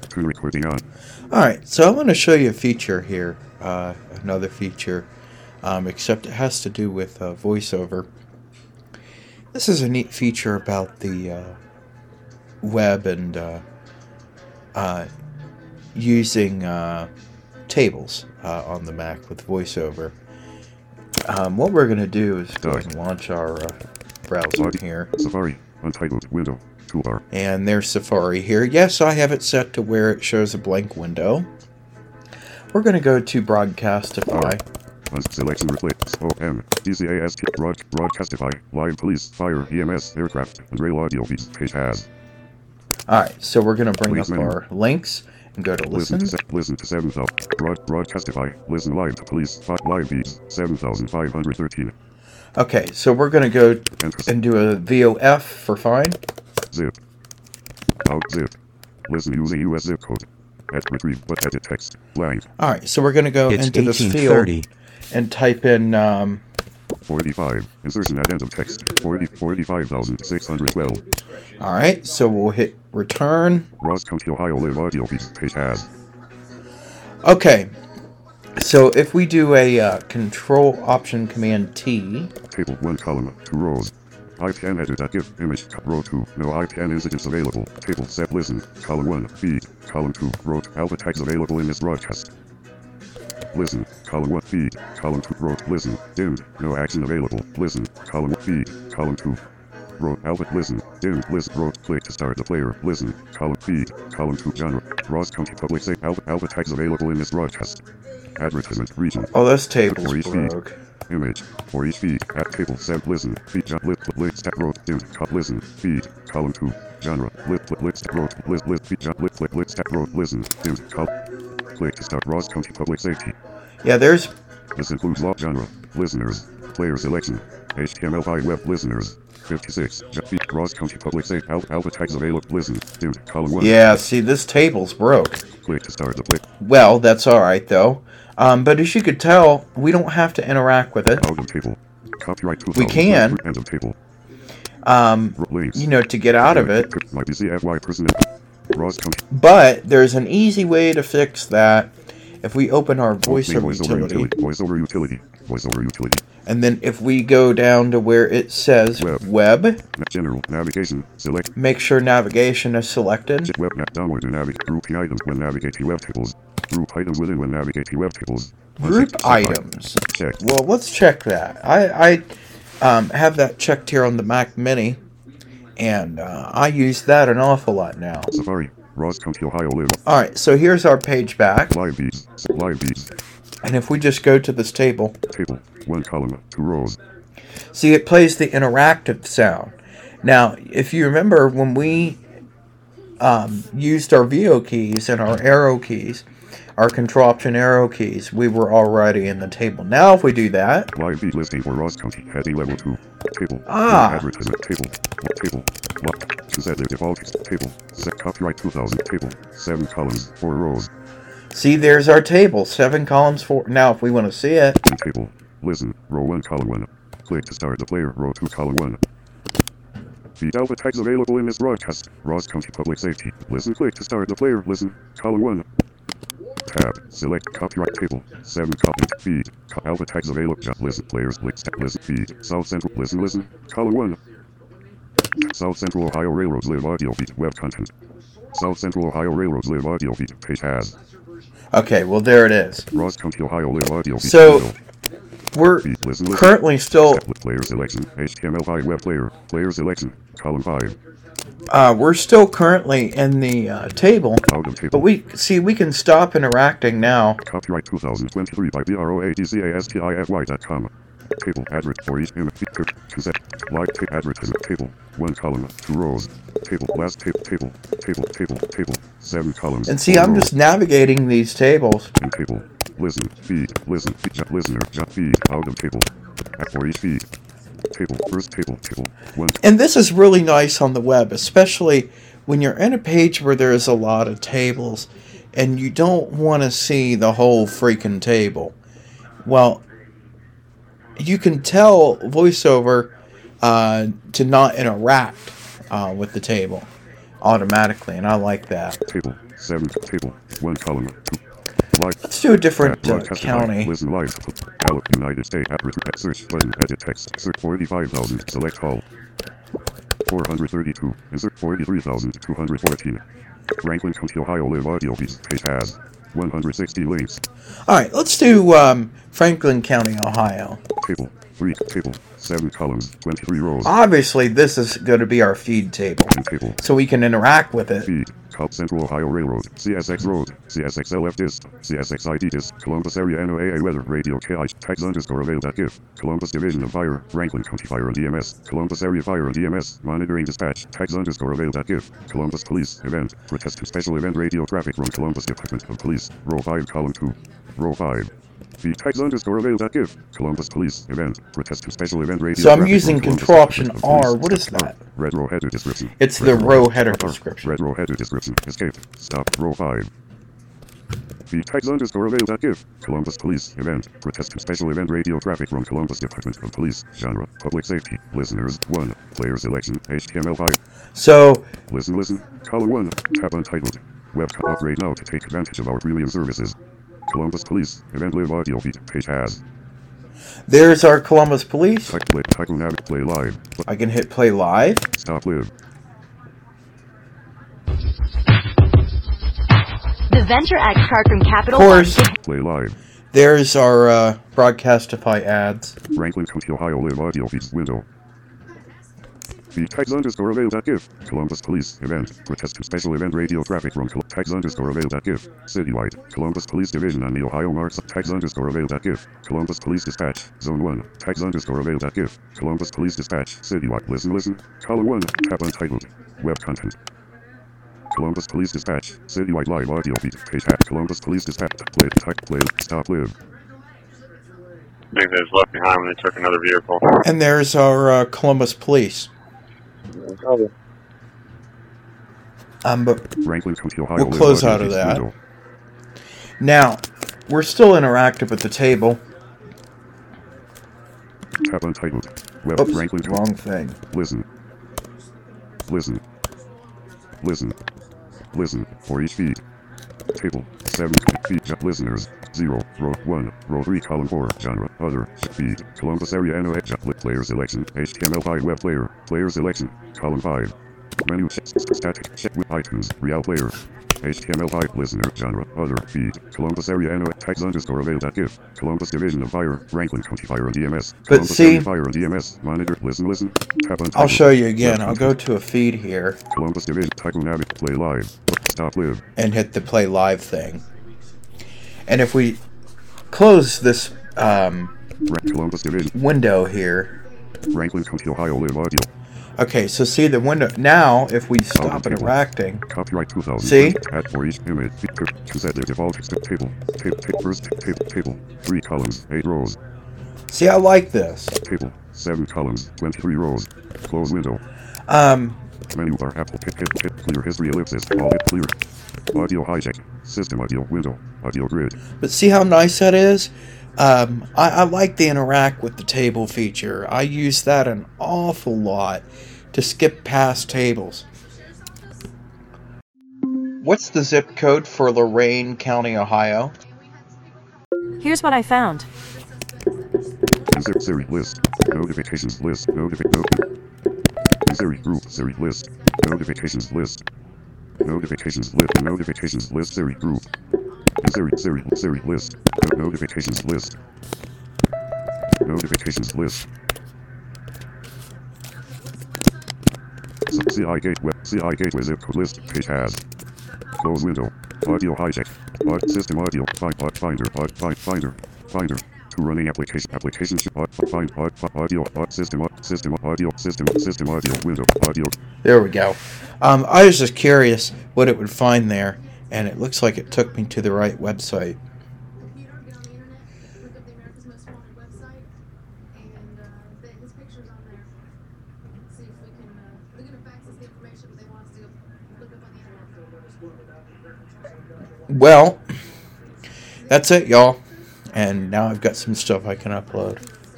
Breakthrough recording on. Alright, so I want to show you a feature here, uh, another feature, um, except it has to do with uh, VoiceOver. This is a neat feature about the uh, web and uh, uh, using uh, tables uh, on the Mac with VoiceOver. Um, what we're going to do is go ahead and launch our uh, browser here. Safari. Untitled window. Toolbar. And there's Safari here. Yes, I have it set to where it shows a blank window. We're going to go to Broadcastify. Buzz selection replace. OM. DCAST. Broad, broadcastify. Live police. Fire. EMS. Aircraft. And rail audio feeds. Page has. All right, so we're going to bring up Please menu. our links and go to Listen listen. to, se- listen to 7,000. Broad, broadcastify. Listen live to police. Fi- live feeds. 7,513. Okay, so we're going to go Enter. and do a VOF for fine. Zip. Out. Zip. Listen using US zip code. At retrieve. But edit text. Blank. All right, so we're going to go It's into this field 1830. and type in um, 45. Insertion addendum text. 40, 45,612. All right, so we'll hit return. Ross County, Ohio Live Audio Feeds. Page has. Okay, so if we do a uh, Control Option Command T, Table 1 column. 2 rows. IPAN editor give image co- row 2. No IPAN incidents available. Table set listen. Column 1 feed. Column 2 row alpha tags available in this broadcast. Listen. Column 1 feed. Column 2 row listen. Dimmed. No action available. Listen. Column 1 feed. Column 2 row alpha listen. Dimmed list row click to start the player. Listen. Column feed. Column 2 genre. Ross County Public Say alpha alpha tags available in this broadcast. Advertisement region. oh, those tables For each feed. broke. Image. For each feed. At table set listen. Feed job lip lip lip stack road. Dim. Cop listen. Feed. Column 2. Genre. Lip lip lip stack road. List list feed job lip lip lip stack road. Listen. Dim. Cop. Click to start Ross County Public Safety. Yeah, there's This includes law genre. Listeners. Player selection. HTML5 web listeners. 56. J- Feed. Ross County Public Safety. Alpha, alpha tags available. Listen. Dim. Column 1. yeah. See, this table's broke. Click to start the play. Well, that's all right though. Um, but as you could tell, we don't have to interact with it. Out of table. Copyright 2000. We can. End of table. Um, R- Links. you know, to get out of it. My BCFY personnel. Ross County. But there's an easy way to fix that. If we open our voiceover utility, Voiceover utility. Voiceover utility. and then if we go down to where it says Web. web, Na- General navigation. Select make sure navigation is selected. j- web map download to navigate. Group items when navigating web tables. Group items within when navigating web tables. Group Check- items. Check. Well, let's check that. I, I um, have that checked here on the Mac Mini, and uh, I use that an awful lot now. Safari. Ross County, Ohio. Live. All right, so here's our page back, Live feeds. Live feeds. and if we just go to this table, Table. One column. Two rows. See, it plays the interactive sound. Now, if you remember when we um, used our VO keys and our arrow keys, our control option arrow keys, we were already in the table. Now, if we do that, Live feed listing for Ross County. Heading level two. Table. Ah. Advertisement. Table. Table. What? To set the default. Table. Set copyright 2000. Table. Seven columns. Four rows. see, there's our table, seven columns, four. Now, if we want to see it, End table. Listen. Row 1, column 1. Click to start the player. Row 2, column 1. Feed alpha tags available in this broadcast. Ross County Public Safety. Listen. Click to start the player. Listen. Column 1. Tab. Select copyright table. 7 copy. Feed. Co- alpha tags available. Just listen. Players. List. Listen. Feed. South Central. Listen. Listen. Column 1. South Central Ohio Railroads Live Audio Feed. Web content. South Central Ohio Railroads Live Audio Feed. Page has. okay, well, there it is. Ross County, Ohio Live Audio Feed. So- Video. We're Feed. Listen. Listen. currently still, With player selection, HTML5 web player, player selection, column 5, uh, we're still currently in the uh, table, out of but table. Oh, we see we can stop interacting now. Copyright 2023 by BROADCASTIFY.com. Table address for each image feature concept. Live tape advertisement table. One column, two rows. Table last tape table. Table table table. Seven columns. And see, four I'm rows. just navigating these tables. and table. Listen, feed, listen, feed, ju- listener, ju- feed, out of table. At for each feed. Table, first table, table. One And this is really nice on the web, especially when you're in a page where there's a lot of tables and you don't want to see the whole freaking table. Well, you can tell VoiceOver uh, to not interact uh, with the table automatically, and I like that. table. seven, table, one column, two. Live. Let's do a different uh, Broadcast live. county. Listen live. Out United States. Advert- Search button. Edit text. Search 45,000. Select all. 432. Insert 43,214. Franklin County, Ohio. Live audio piece. Page has 160 links. All right, let's do um, Franklin County, Ohio. Table. 3. Table. 7 columns. 23 rows. Ah. Obviously, this is going to be our feed table, And table. so we can interact with it. Feed. E. Cup Central Ohio Railroad. CSX Road. CSX LF Disc. CSX ID Disc. Columbus Area NOAA Weather Radio KI. Tags underscore avail dot GIF. Columbus Division of Fire. Franklin County Fire and DMS. Columbus Area Fire and DMS. Monitoring Dispatch. Tags underscore avail dot GIF. Columbus Police. Event. Protest and Special Event Radio Traffic from Columbus Department of Police. Row 5, Column 2. Row 5. The tags underscore avail dot GIF. Columbus Police. Event. Protest and Special Event Radio So I'm Traffic from using Columbus Control Option Department of R. Police. What is that? Red row header description. It's the Red row header R. description. Red row header description. Escape. Stop. Row 5. The tags underscore avail dot gif. Columbus Police Event. Protest and special event radio traffic from Columbus Department of Police. Genre. Public safety. Listeners. 1. Player selection. HTML5. So Listen, listen. Column 1. Tab untitled. Web co- upgrade now to take advantage of our premium services. Columbus Police Event Live Audio Feed. Page has. there's our Columbus Police. Type play. Type nav. Play live. I can hit play live. Stop live. The Venture X card from Of Capital One course, Play live. there's our uh, Broadcastify ads. Franklin County, Ohio Live Audio Feeds Window. The tags underscore avail dot gif. Columbus Police Event. Protest and special event radio traffic from Col- tags underscore avail dot gif. Citywide. Columbus Police Division on the Ohio marks tags underscore avail dot gif. Columbus Police Dispatch. Zone 1. Tags underscore avail dot gif. Columbus Police Dispatch. Citywide. Listen, listen. Column 1. Tab untitled. Web content. Columbus Police Dispatch. Citywide live audio feed. Page hat. Columbus Police Dispatch. Play. Type. Play. Stop. Live. I think they was left behind when they took another vehicle. And there's our uh, Columbus Police. Oh, Um, but Franklin County, Ohio. We'll Live close Audio out of Feeds that. Window. Now, we're still interactive with the table. Tab untitled. Web Oops, Franklin. wrong thing. Listen. Listen. Listen. Listen. For each feed. Table. 7. Feed. Ju- Listeners. 0. Row 1. Row 3. Column 4. Genre. Other. Feed. Columbus Area NOA. Ju- Li- Player selection. HTML5 web player. Player selection. Column 5. Menu. Sh- st- Static. Sh- With iTunes. Real player. HTML5 listener genre other feed Columbus area NOA tags underscore avail dot gif Columbus Division of Fire Franklin County Fire and E DMS But Columbus see- Area Fire and DMS monitor listen listen tap on I'll show you again. I'll go to a feed here Columbus Division Tycoon Abbey play live. Stop live. and hit the play live thing. And if we close this um, Ra- Columbus Division window here, Franklin County Ohio live audio. okay, so see the window. Now, if we stop interacting, Copyright 2000. See? Add for each image feature to set the default text table. Table table first ta- table table three columns eight rows see, I like this. table seven columns twenty three rows close window Um, menu bar Apple pick hit hit clear history ellipsis all hit clear audio hijack system audio window audio grid But see how nice that is? Um, I, I like the interact with the table feature. I use that an awful lot to skip past tables. What's the zip code for Lorain County, Ohio? Here's what I found. Insert Siri list. Notifications list. Notifi- no- Siri group. Siri list. Notifications list. Notifications list. Notifications list. Siri group. Siri Siri Siri list. No- Notifications list. Notifications list. S- CI gateway. CI gateway zip code list. Page has. Close window. Audio hijack. Aud system audio. Find aud finder. Aud find finder. Finder. To running application. Application. Aud find aud fi- audio. Aud system. Aud system. Audio. System. System audio. Window. Audio. There we go. Um, I was just curious what it would find there, and it looks like it took me to the right website. Well, that's it, y'all. And now I've got some stuff I can upload.